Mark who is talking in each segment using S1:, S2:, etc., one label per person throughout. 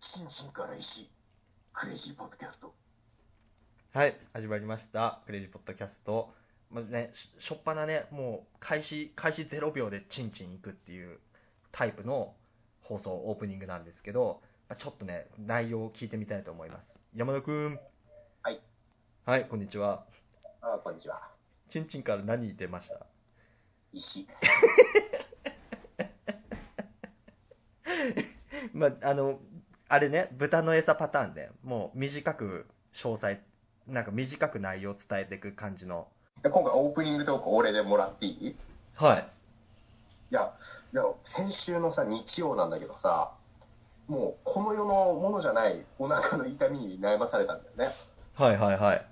S1: 心身から石クレイジーポッドキャスト
S2: はい、始まりました。クレイジーポッドキャスト。まあね、ししょっぱなね、もう開始、開始0秒でチンチン行くっていうタイプの放送、オープニングなんですけど、まあ、ちょっとね、内容を聞いてみたいと思います。山田くん。
S1: はい。
S2: はい、こんにちは。
S1: あこんにちは
S2: チンチンから何出ました
S1: 石
S2: まあ、あの、あれね、豚の餌パターンで、もう短く詳細、なんか短く内容を伝えていく感じの。
S1: 今回オープニングトーク俺でもらっていいい
S2: はい。
S1: やいや先週のさ日曜なんだけどさもうこの世のものじゃないお腹の痛みに悩まされたんだよね
S2: はいはいはい。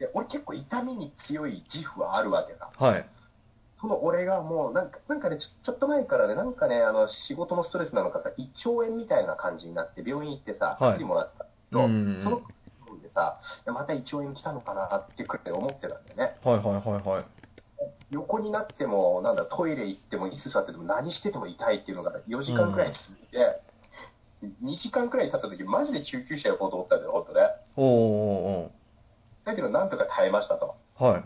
S1: で俺結構痛みに強い自負はあるわけだ
S2: はい。
S1: その俺がもうなんかなんかねちょちょっと前からねなんかねあの仕事のストレスなのかさ胃腸炎みたいな感じになって病院行ってさ
S2: はい
S1: 薬もらってたんだけど、
S2: うん。
S1: その薬飲んでさいやまた胃腸炎来たのかなってくらい思ってたんだよね
S2: はいはいはいはい。
S1: 横になってもなんだトイレ行っても椅子座ってても何してても痛いっていうのが4時間くらい続いて、2時間くらい経った時マジで救急車呼ぼうと思ったんだよ本当ね
S2: おーお
S1: だけどなんとか耐えましたと
S2: ーおーはい。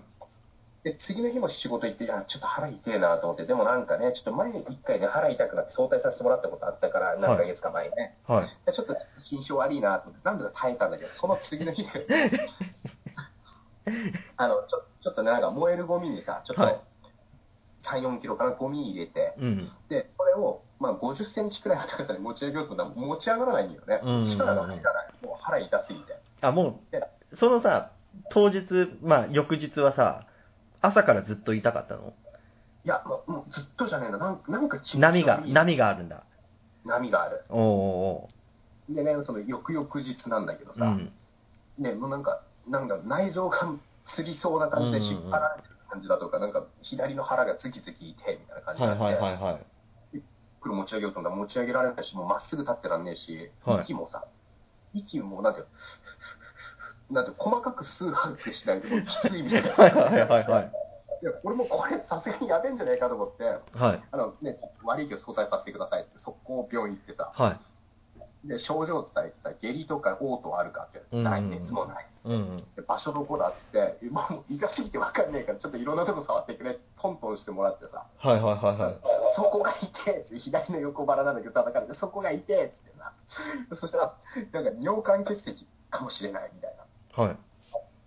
S1: で次の日も仕事行っていやちょっと腹痛いなと思ってでもなんかねちょっと前一回ね腹痛くなって早退させてもらったことあったから何ヶ月か前ね、
S2: はい。
S1: でちょっと心象悪いなと思って、なんとか耐えたんだけど、その次の 日で、あのちょちょっとなんか燃えるゴミにさ、ちょっと
S2: はい
S1: 3、4キロからゴミ入れて、
S2: うん。
S1: で、これを、まあ、50センチくらいの高さに持ち上げようと思ったら、持ち上がらないんだよね、
S2: うんうんうん
S1: 力が入らない、もう腹痛すぎて。
S2: あ、もう、そのさ、当日、まあ、翌日はさ、朝からずっと痛かったの
S1: いや、もうもうずっとじゃねえな、なんなんか気持ち悪い
S2: 波が、波があるんだ。
S1: 波がある。
S2: おーお
S1: でね、その翌々日なんだけど
S2: ーおーう
S1: さ、
S2: ん。
S1: ね、もうなんか、なんか内臓がつりそうな感じで、
S2: うんうん
S1: 引
S2: うん
S1: っ張られてる感じだとか、なんか左の腹がズキズキ痛いみたいな感じ
S2: はい
S1: になって、
S2: はいはいはい。
S1: これ持ち上げようと思ったら持ち上げられないし、もうまっすぐ立ってらんねえし、
S2: はい
S1: 息もさ、息もなんていうの、なんていうの細かく数拍手しないともうきついみたいな。
S2: はいはいはいはい。
S1: いや俺もこれさすがにやべえんじゃないかと思って、
S2: はい。
S1: あのね、悪いけど相対させてくださいって、速攻病院行ってさ、
S2: はい。
S1: で症状伝えてさ、下痢とか嘔吐あるかって言われて、
S2: うん
S1: ない、熱もない
S2: うんうん。
S1: で場所どこだっつって、えもう痛すぎて分かんねえから、ちょっといろんなとこ触ってくれって、トントンしてもらってさ、
S2: はいはいはいはい。
S1: そこが痛えって、左の横腹なんだけど、叩かれて、そこが痛えっつってな、そしたら、なんか尿管結石かもしれないみたいな、
S2: はい。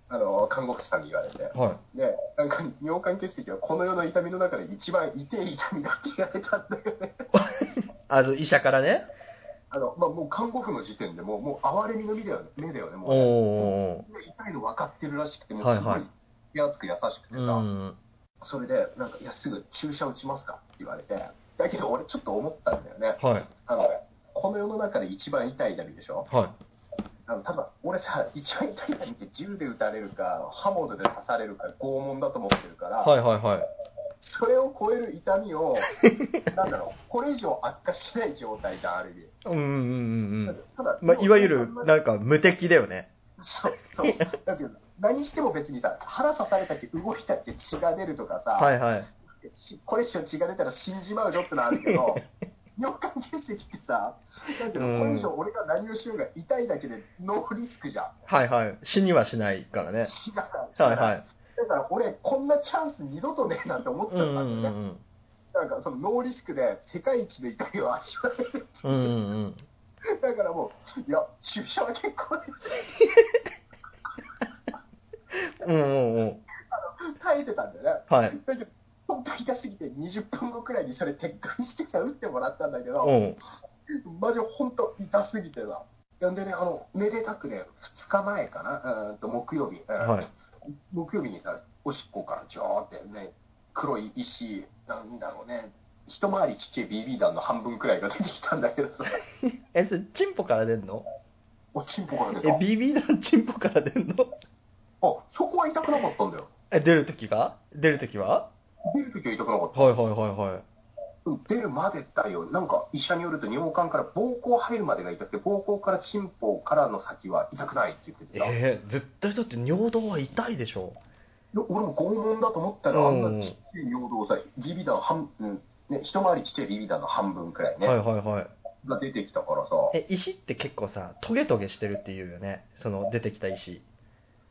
S1: あの看護師さんに言われて、
S2: はい。
S1: で、なんか尿管結石はこの世の痛みの中で一番痛い痛みだって言われたんだよね。
S2: あの、医者からね。
S1: あのまあ、もう看護婦の時点でもう、もう哀れみの目だよね、目だよね、
S2: おー
S1: もう。
S2: お
S1: 痛いの分かってるらしくて、もう
S2: はい
S1: すご
S2: はい
S1: い、手厚く優しくて
S2: ーお
S1: さ、
S2: ーうん。
S1: それで、なんか、いや、すぐ注射打ちますかって言われて、だけど俺、ちょっと思ったんだよね。
S2: はい。
S1: あの、この世の中で一番痛い痛みでしょ
S2: は
S1: あの、多分俺さ、一番痛い痛みって銃で撃たれるか、刃物で刺されるか、拷問だと思ってるから、
S2: い。はいはいはい。
S1: それを超える痛み を、なんだろう、これ以上悪化しない状態じゃん、ある意
S2: うんうんうんう
S1: 味
S2: ん。。
S1: ただ、
S2: まあ、いわゆる、
S1: な
S2: なんか無敵だよね。
S1: そう、 そう。だけど、何しても別にさ、腹刺されたって動いたって血が出るとかさ、
S2: はいはい。
S1: しこれ以上血が出たら死んじまうぞってのはあるけ ど、尿管結石ってさ、なんていう
S2: うん
S1: の、これ以上俺が何をしようが痛いだけでノーリスクじゃ
S2: はいはい。死にはしないから
S1: ん、
S2: ね。
S1: 死がさ、死が
S2: はいは
S1: だ
S2: い。
S1: から俺、こんなチャンス二度とねえなんて思っちゃ
S2: う
S1: った
S2: んうんん
S1: だ
S2: う
S1: よね、
S2: ん
S1: なんかそのノーリスクで世界一の痛みを味わえる、
S2: うん。うんうんうん。
S1: だからもう、いや、注射は結構です、
S2: うんうんうん。
S1: 耐えてたんだよね。
S2: はい。
S1: だけど本当痛すぎて20分後くらいにそれ撤回してさ打ってもらったんだけど、
S2: うん。
S1: マジ本当痛すぎてさ。なんでね、あの、めでたくね、2日前かな、うーんと木曜日、うん
S2: はい。
S1: 木曜日にさ、おしっこからジョーってね、黒い石、なんだろうね、一回りちっちゃい BB 弾の半分くらいが出てきたんだけ どさ、
S2: え、それ、チンポから出んの
S1: おちんぽから出
S2: え
S1: た。あ、、
S2: BB 弾チンポから出んの
S1: そこは痛くなかったんだよ。
S2: え、出るときが出るときは
S1: 出るときは痛くなかっ
S2: はいはいはいはい。
S1: た。うん出るまでだよ。なんか医者によると尿管から膀胱入るまでが痛くて、膀胱からちんぽからの先は痛くないって言っててさ、
S2: えー、絶対だって尿道は痛いでしょ。
S1: で俺も拷問だと思ったら、
S2: う
S1: あ
S2: ん
S1: んなちっちゃい尿道さ、ビビ弾半、うんね、一回りちっちゃいビビ弾の半分くらいね、
S2: はいはいはい。
S1: が出てきたからさ、
S2: え、石って結構さ、トゲトゲしてるっていうよね。その出てきた石。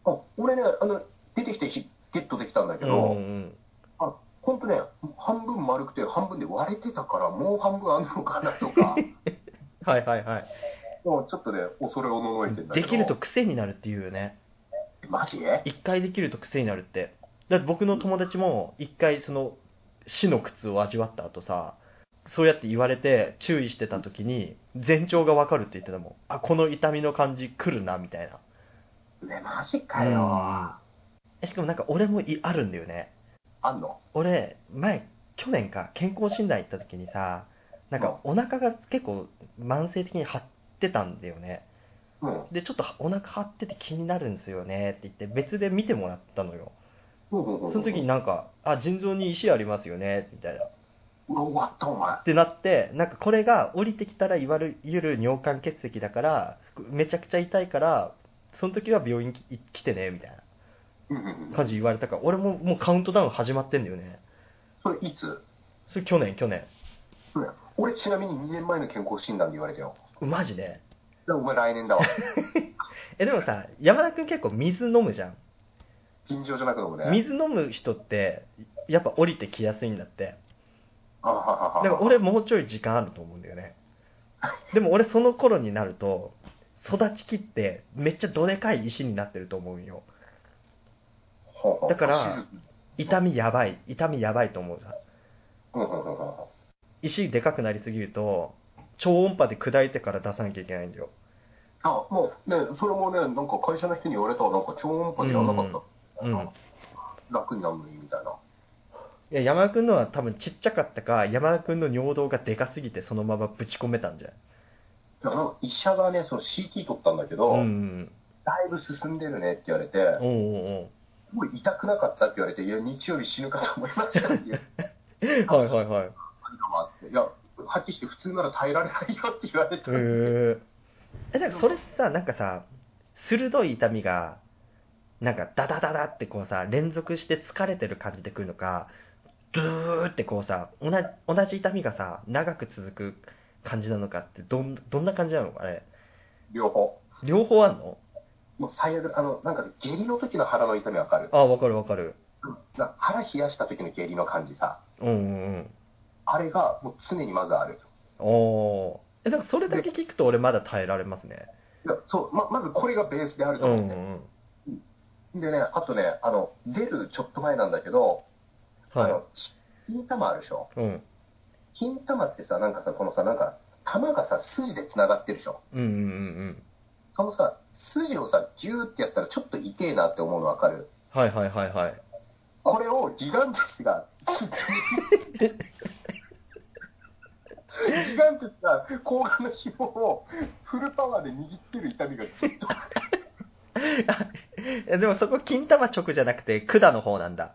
S1: あ俺ねあの、出てきた石、ゲットできたんだけ
S2: う
S1: ど、
S2: んうん。
S1: 本当ね、半分丸くて、半分で割れてたから、もう半分あんのかなと か、
S2: はいはいはい。
S1: もうちょっとね、恐れおののいてんだけ
S2: で
S1: ど、
S2: きると癖になるっていうよね。
S1: マジえ
S2: 一回できると癖になるって。だって僕の友達も一回その死の苦痛を味わった後さ、そうやって言われて注意してた時に前兆がわかるって言ってたもん。あ、この痛みの感じ来るな、みたいな。
S1: ね、マジかよ、
S2: えしかもなんか俺もいあるんだよね。
S1: あんの
S2: 俺、前、去年か健康診断行った時にさ、なんかお腹が結構慢性的に張ってたんだよね。
S1: うん、
S2: で、ちょっとお腹張ってて気になるんですよねって言って別で見てもらったのよ。
S1: うんうんうん、
S2: その時になんか、あ、腎臓に石ありますよね、みたいな。っ
S1: うわ、終わった、お前、
S2: てなって、なんかこれが降りてきたらいわゆる尿管結石だから、めちゃくちゃ痛いから、その時は病院き来てね、みたい
S1: うんうんう、
S2: なん感じ言われたから、俺ももうカウントダウン始まってんだよね。
S1: それいつ
S2: それ去年、去年。
S1: うん俺、ちなみに2年前の健康診断で言われたよ。
S2: マジで。
S1: だからお前、来年だわ。
S2: え、でもさ、山田くん結構水飲むじゃん。
S1: 尋常じゃなくてもね。
S2: 水飲む人って、やっぱ降りてきやすいんだって。
S1: あははは
S2: だから俺もうちょい時間あると思うんだよね。でも俺その頃になると、育ちきってめっちゃどでかい石になってると思うんよ。
S1: ほうほう
S2: だから
S1: 手術
S2: 痛みやばい、痛みやばいと思うな。
S1: うんうんうんうん
S2: 石でかくなりすぎると、超音波で砕いてから出さなきゃいけないんだよ。
S1: あもうね、それもね、なんか会社の人に言われたら、なんか超音波でやらなかった、
S2: うんうんうん
S1: 楽になるのにみたいな。
S2: いや、山田くんのは多分ちっちゃかったか、山田くんの尿道がでかすぎてそのままぶち込めたんじゃん。
S1: あの医者がね、その CT 取ったんだけど、
S2: うんうん
S1: だいぶ進んでるねって言われて、
S2: うん。おう
S1: すごい痛くなかったって言われて、いや、日曜日死ぬかと思いましたっていう、
S2: おうおう。はいはいはい。へ
S1: ありかもっつって、いや、 はっきりして普通なら耐えられないよって言われて、
S2: え。え、なんかそれってさ、なんかさ、鋭い痛みが、なんかダダダダってこうさ、連続して疲れてる感じでくるのか、ドゥーってこうさ、同じ同じ痛みがさ、長く続く感じなのかって、どんどんな感じなのあれ。
S1: 両方。
S2: 両方あんの
S1: もう最悪、あの、なんか下痢の時の腹の痛みわかる。
S2: あ、わかるわかる。
S1: な腹冷やした時の下痢の感じさ、
S2: うんうん
S1: あれがもう常にまずある。
S2: うん。おー。え、なんかそれだけ聞くと俺まだ耐えられますね。
S1: いやそうままずこれがベースであると
S2: う
S1: 思うんん
S2: う
S1: で、
S2: んうん。
S1: でね、あとね、あの、出るちょっと前なんだけど、あ
S2: は
S1: の、金玉あるでしょ
S2: い。うん。
S1: 金玉ってさ、なんかさ、このさ、なんか、玉がさ、筋で繋がってるでしょ
S2: うんうんうん
S1: そのさ、筋をさ、ギューってやったらちょっと痛えなって思うのわかる。
S2: うん。はいはいはいはい。
S1: これをギガンテスが、 ギガンテスが後半の紐をフルパワーで握ってる痛みがずっと、
S2: えでもそこ金玉直じゃなくて管の方なんだ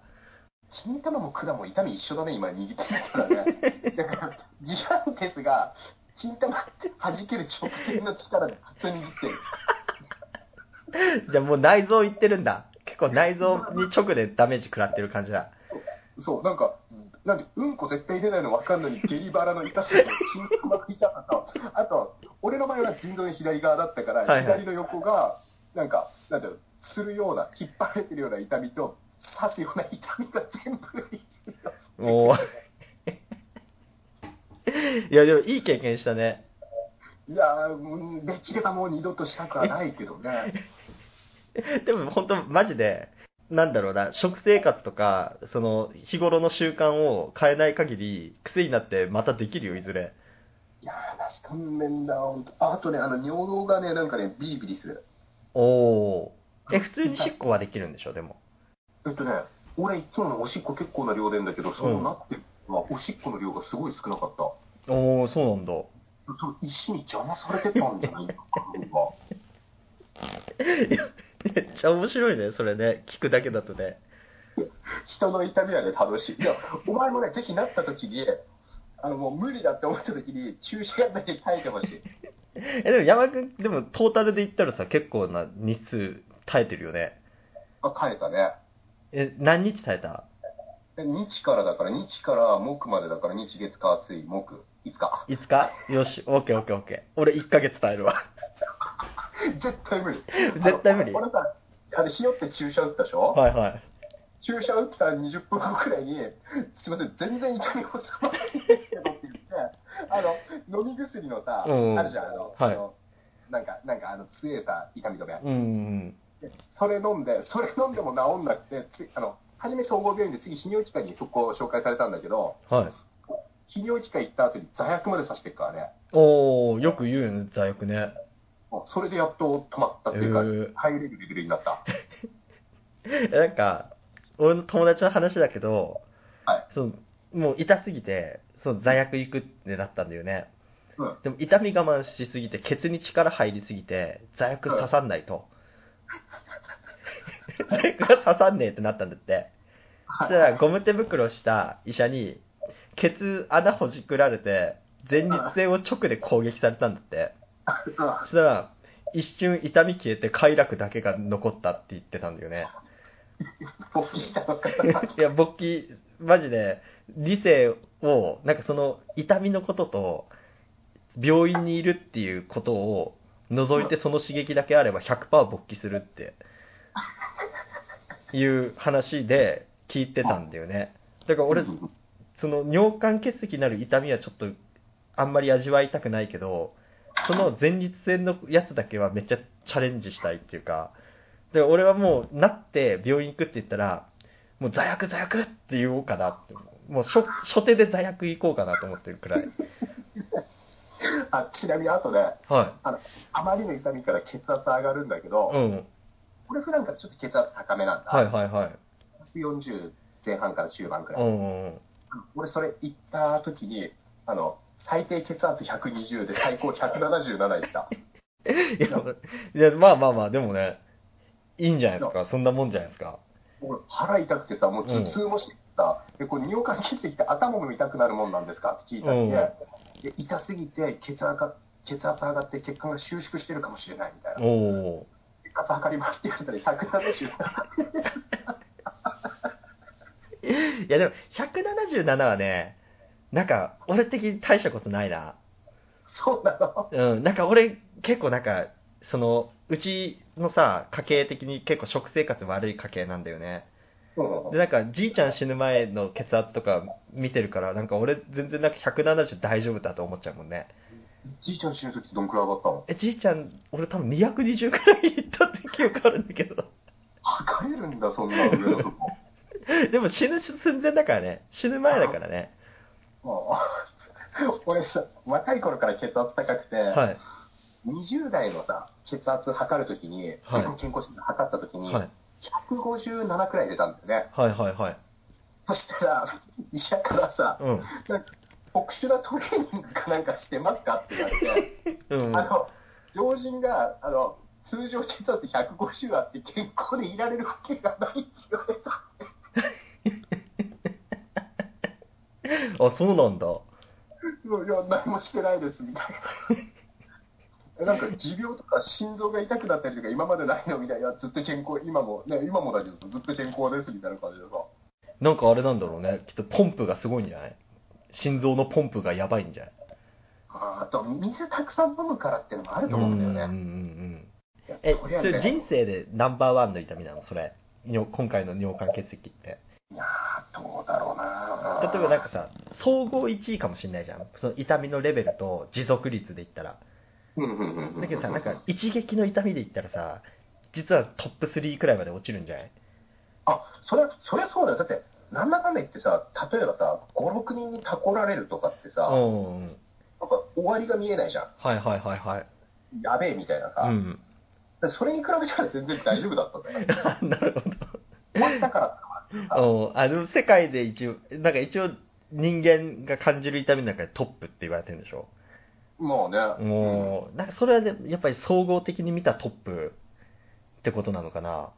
S1: 金玉も管も痛み一緒だね、今握ってるから ね。だから、ギガンテスが、金玉弾ける直線の力でずっと握ってる。
S2: じゃあもう内臓いってるんだ結構内臓に直でダメージ食らってる感じだ
S1: そう、なんか、なんで、うんこ絶対出ないの分かんのに、下痢腹の痛さと、筋肉の痛さと、あと、俺の場合は腎臓の左側だったから、
S2: はいはい
S1: 左の横が、なんか、なんだろう、するような、引っ張られてるような痛みと、刺すような痛みが全部入ってる
S2: おー いやでもいい経験したね
S1: いやー、うんできればもう二度としたくはないけどね。
S2: でも本当マジでなんだろうな食生活とかその日頃の習慣を変えない限り癖になってまたできるよいずれ
S1: いやー、確かめんだ、ほんと。ああとね、あの、尿道がね、なんかね、ビリビリする。
S2: おおーえ普通に執行はできるんでしょでも
S1: えっとね、俺いつものおしっこ結構な量出るんだけど、そのなってるのは、おしっこの量がすごい少なかった。
S2: おおそうなんだ
S1: その石に邪魔されてたんじゃないのかな
S2: めっちゃ面白いねそれね聞くだけだとね
S1: 人の痛みはね、楽しい。いや、お前もね、ぜひなった時に、あの、もう無理だって思った時に、注射薬だけ耐えてほしい。
S2: えでも山田君でもトータルで言ったらさ結構な日数耐えてるよね
S1: あ、耐えたね。
S2: え何日耐えた
S1: で日からだから、日から木までだから、日月火水木。いつか。
S2: いつかよし、オッケーオッケーオッケー。俺1ヶ月耐えるわ。
S1: 絶対無理。
S2: 絶対無理
S1: あの俺さ、あれ、日よって注射打ったでしょ、
S2: はいはい。
S1: 注射打った20分後くらいに、すみません、全然痛み治まらないんですけどって 言って、あの、飲み薬のさ、
S2: うん
S1: あるじゃん、あの、
S2: はい
S1: あのなんか、なんか、あの、強いさ、痛み止め。
S2: うんうん
S1: それ飲んで、それ飲んでも治んなくて、つあの、初め総合病院で次、泌尿器科にそこを紹介されたんだけど、
S2: うん。はい。
S1: 泌尿器科行った後に座薬までさしてるからね、
S2: おー、よく言うよね、座薬ね。
S1: もうそれでやっと止まったっていうか、
S2: へー
S1: 入れるレベルになった。
S2: えなんか、俺の友達の話だけど、
S1: はい
S2: そのもう痛すぎて、その座薬行くってなったんだよね。
S1: うん
S2: でも痛み我慢しすぎて、ケツに力入りすぎて、座薬刺さんないと。 座薬が刺さんねえってなったんだって。そしたら、ゴム手袋した医者に、ケツ穴ほじくられて、前立腺を直で攻撃されたんだって。そしたら、一瞬痛み消えて快楽だけが残ったって言ってたんだよね。
S1: 勃起したのか。
S2: いや、勃起、マジで、理性を、なんかその痛みのことと、病院にいるっていうことを除いてその刺激だけあれば100%勃起するって、いう話で聞いてたんだよね。だから俺
S1: う、ん
S2: その尿管結石になる痛みはちょっとあんまり味わいたくないけど、その前立腺のやつだけはめっちゃチャレンジしたいっていうか、だから俺はもうなって病院行くって言ったら、もう座薬座薬って言おうかなって、もう初初手で座薬行こうかなと思ってるくらい。
S1: あちなみに、あとね、
S2: は
S1: あまりの痛みから血圧上がるんだけど、
S2: い。うん。
S1: 俺普段からちょっと血圧高めなんだ。
S2: はいはいはい。
S1: 40前半から中盤くら
S2: う
S1: い。
S2: んうん。
S1: 俺それ行った時に、あの、最低血圧120で最高177いった。
S2: いや、いやまあまあまあ、でもね、いいんじゃないですか。そんなもんじゃないですか。
S1: 俺腹痛くてさ、もう頭痛もしてさ、でこれ尿管結石って頭も痛くなるもんなんですかって聞いたんで、で痛すぎて血圧が血圧上がって血管が収縮してるかもしれないみたいな。
S2: お
S1: 血圧測りますって言われたら177。
S2: ー。いやでも、177はね、なんか、俺的に大したことないな。
S1: そうなの
S2: うん、なんか俺、結構なんか、その、うちのさ、家系的に結構食生活悪い家系なんだよね。
S1: うん
S2: で、なんか、じいちゃん死ぬ前の血圧とか見てるから、なんか俺全然なんか170大丈夫だと思っちゃうもんね。
S1: じいちゃん死ぬ時ってどんくらい上がったの
S2: え、じいちゃん、俺多分220くらいいったって記憶あるんだけど。
S1: 測れるんだ、そんな上のとこ。
S2: でも死ぬ寸前だからね。死ぬ前だからね。
S1: ああ俺さ、若い頃から血圧高くて、
S2: はい。
S1: 20代のさ、血圧測るときに、
S2: はい
S1: 健康診断測ったときに、
S2: はい。
S1: 157くらい出たんだよね。
S2: はいはいはい。
S1: そしたら、医者からさ、
S2: うん。
S1: なんか特殊なトレーニングかなんかしてますかって言われて、
S2: うん。
S1: あの、常人が、あの、通常血圧150あって健康でいられるわけがないって言われた。
S2: あ、そうなんだ。
S1: いや、何もしてないですみたいな。 なんか持病とか心臓が痛くなったりとか、今までないのみたいな、いやずっと健康、今も、ね、今もだけど、ずっと健康ですみたいな感じでさ、
S2: なんかあれなんだろうね。きっとポンプがすごいんじゃない心臓のポンプがやばいんじゃない
S1: あーあと水たくさん飲むからってのもあると思うんだよ
S2: うん
S1: ね。
S2: うんうん
S1: いや
S2: え、
S1: と
S2: そ
S1: りあえずね
S2: れ人生でナンバーワンの痛みなのそれ。尿今回の尿管結石って。
S1: いやーどうだろうな
S2: 例えばなんかさ、総合1位かもしれないじゃん。その痛みのレベルと持続率で言ったら。
S1: うんうんうんうん
S2: だけどさ、なんか一撃の痛みで言ったらさ、実はトップ3くらいまで落ちるんじゃない
S1: あそりゃそりゃそうだよ。だって、なんだかんだ言ってさ、例えばさ、5、6人にタコられるとかってさ、
S2: う
S1: なんか
S2: んうんうん。
S1: 終わりが見えないじゃん。
S2: はいはいはいはい。
S1: やべえみたいなさ、
S2: うん。
S1: でそれに比べたら全然大丈夫だったぜ。
S2: なるほど。
S1: 終わったから
S2: うん、あの世界で一応、なんか一応人間が感じる痛みの中でトップって言われてるんでしょ
S1: もうね。
S2: もう、なんかそれはね、やっぱり総合的に見たトップってことなのかな。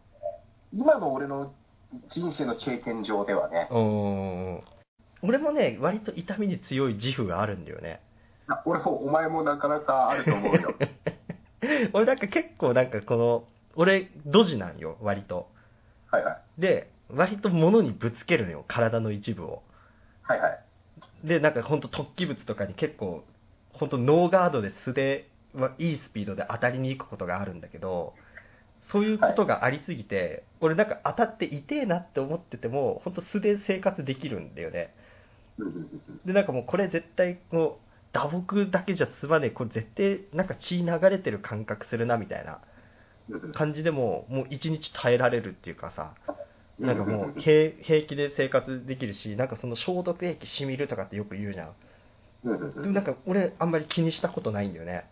S1: 今の俺の人生の経験上ではね、
S2: うん。俺もね、割と痛みに強い自負があるんだよね。
S1: 俺もお前もなかなかあると思う よ。
S2: 俺なんか結構なんかこの、俺、ドジなんよ、割と。
S1: はいはい。
S2: で、割と物にぶつけるのよ、体の一部を。
S1: はいはい。
S2: で、なんか本当突起物とかに結構、本当ノーガードで素で、まあ、いいスピードで当たりに行くことがあるんだけど、そういうことがありすぎて、俺なんか当たって痛えなって思ってても、本当素で生活できるんだよね。で、なんかもうこれ絶対こう、打撲だけじゃ済まねえ、これ絶対なんか血流れてる感覚するなみたいな感じでも、もう一日耐えられるっていうかさ、なんかもう平平気で生活できるし、なんかその消毒液染みるとかってよく言うじゃん。でもなんか俺あんまり気にしたことないんだよね。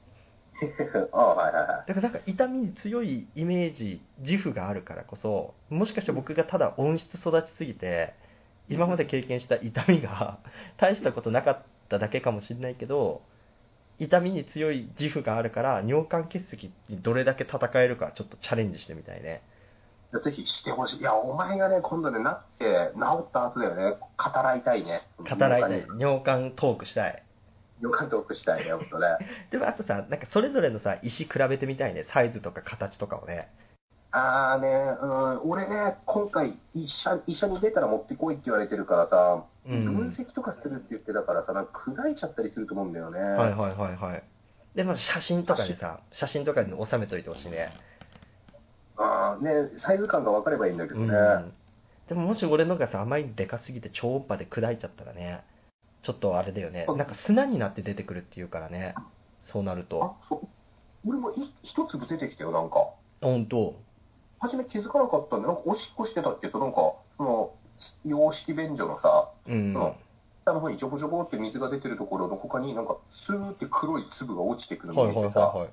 S1: ああ、はいはいはい。
S2: だからなんか痛みに強いイメージ、自負があるからこそ、もしかして僕がただ温室育ちすぎて、今まで経験した痛みが大したことなかっただけかもしれないけど、痛みに強い自負があるから、尿管結石にどれだけ戦えるかちょっとチャレンジしてみたいね。
S1: ぜひしてほしい。いや、お前がね、今度ね、なって、治った後だよね、語らいたいね。
S2: 語らいたい。。尿管トークしたい。
S1: よかった、よくしたいね、本当ね。
S2: でもあとさ、なんかそれぞれのさ、石比べてみたいね。サイズとか形とかをね。
S1: あーね、うん、俺ね、今回医者、医者に出たら持ってこいって言われてるからさ、
S2: うん
S1: 分析とかするって言ってたからさ、なんか砕いちゃったりすると思うんだよね。
S2: はいはいはいはい。で、まず写真とかでさ、写真とかに収めといてほしいね。
S1: あーね、サイズ感が分かればいいんだけど
S2: う
S1: ね。
S2: ん。でももし俺のがさ、あまりにでかすぎて超音波で砕いちゃったらね、ちょっとあれだよね。なんか砂になって出てくるっていうからね。そうなると
S1: あ。、そう。俺もい一粒出てきたよ、なんか。
S2: ほんと。
S1: 初め気づかなかったんで、なんかおしっこしてたっていうと、なんか、その、洋式便所のさ、
S2: うん。
S1: うん下の方にジョボジョボって水が出てるところの他になんかスーって黒い粒が落ちてくるの
S2: はい
S1: を
S2: は
S1: 見え
S2: いは
S1: て
S2: い
S1: さ、
S2: はい。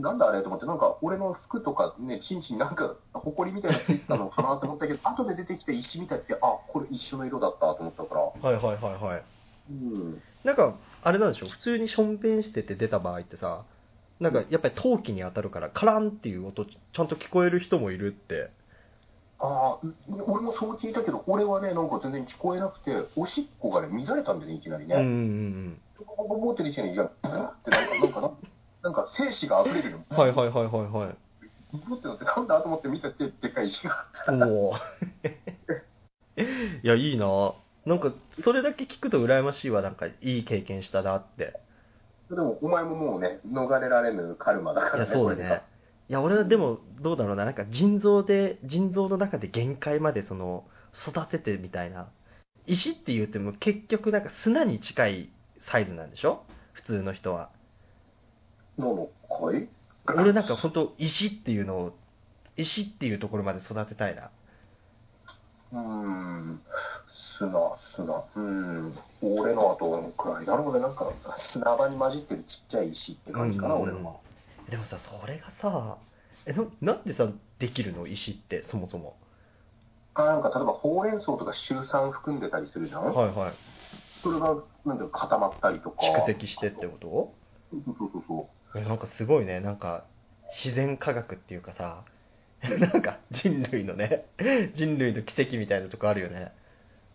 S1: なんだあれと思って、なんか俺の服とかね、ちんちんなんか、ほこりみたいなのついてたのかなと思ったけど、 後で出てきた石みたいって、あ、これ一緒の色だったと思ったから、
S2: はいはいはいはい。
S1: うん、
S2: なんか、あれなんでしょ普通にしょんべんしてて出た場合ってさ、なんかやっぱり陶器に当たるから、カランっていう音、ちゃんと聞こえる人もいるって。
S1: ああ、う俺もそう聞いたけど、俺はね、なんか全然聞こえなくて、おしっこがね、乱れたんだよね、いきなり
S2: うんうん
S1: ね。
S2: うん
S1: ボボボボって出てるのに、ブーってなんか、なんかな、なんか精子が溢れるよ。
S2: うん。はいはいはいはいはい。
S1: ブーってなって、なんだと思って見たって、でっかい石が。
S2: おお。 いや、いいな。なんか、それだけ聞くと羨ましいわ。なんか、いい経験したなって。
S1: でも、お前ももうね、逃れられぬカルマだか
S2: い
S1: ら
S2: や、
S1: ね。
S2: そうだね。いや、俺はでも、どうだろうな。なんか、腎臓で、腎臓の中で限界まで、その、育ててみたいな。石って言っても、結局、なんか砂に近いサイズなんでしょ普通の人は。
S1: もうもう、はい
S2: 俺なんか本当石っていうのを石っていうところまで育てたいな
S1: うーん、砂、砂、うーん、俺のはどのくらいだろうね、なんか砂場に混じってるちっちゃい石って感じかな、
S2: うん
S1: 俺のは。
S2: でもさそれがさえななんでさできるの石ってそもそも
S1: あなんか例えばほうれん草とかシュウ酸含んでたりするじゃん、
S2: はいはい
S1: それがなんだろう固まったりとか。
S2: 蓄積してってこ
S1: そうそうそうそ
S2: とえなんかすごいねなんか自然科学っていうかさ なんか人類のね人類の奇跡みたいなとこあるよね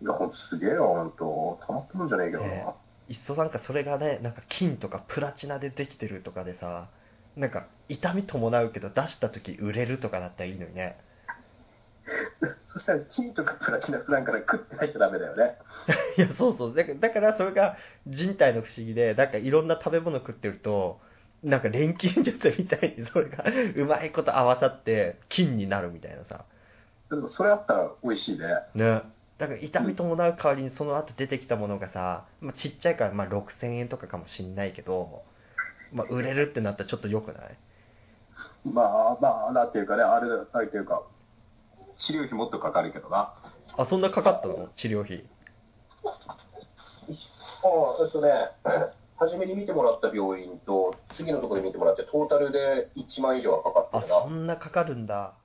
S1: う。いや、ほんとすげえよ、ほんと。たまってるんじゃねえけどな。
S2: ねいっそなんかそれがねなんか金とかプラチナでできてるとかでさなんか痛み伴うけど出した時売れるとかだったらいいのにね
S1: そしたら金とかプラチナなんかね、食ってないとダメだよね。
S2: いや、そうそう。だから、だからそれが人体の不思議で、なんかいろんな食べ物食ってると、なんか錬金術みたいに それがうまいこと合わさって金になるみたいなさ。
S1: でもそれあったら美味しいね。
S2: ね。だから痛み伴う代わりにその後出てきたものがさ、まあ、ちっちゃいからまあ6000円とかかもしんないけど、まあ、売れるってなったらちょっと良くない
S1: まあまあ、なんていうかね、あれだっていうか、治療費もっとかかるけどな。
S2: あ、そんなかかったの治療費。
S1: ああ、えっとね、初めに見てもらった病院と、次のところで見てもらって、トータルで1万以上はかか
S2: あ、
S1: ってるな
S2: そ。んなかかるんだ。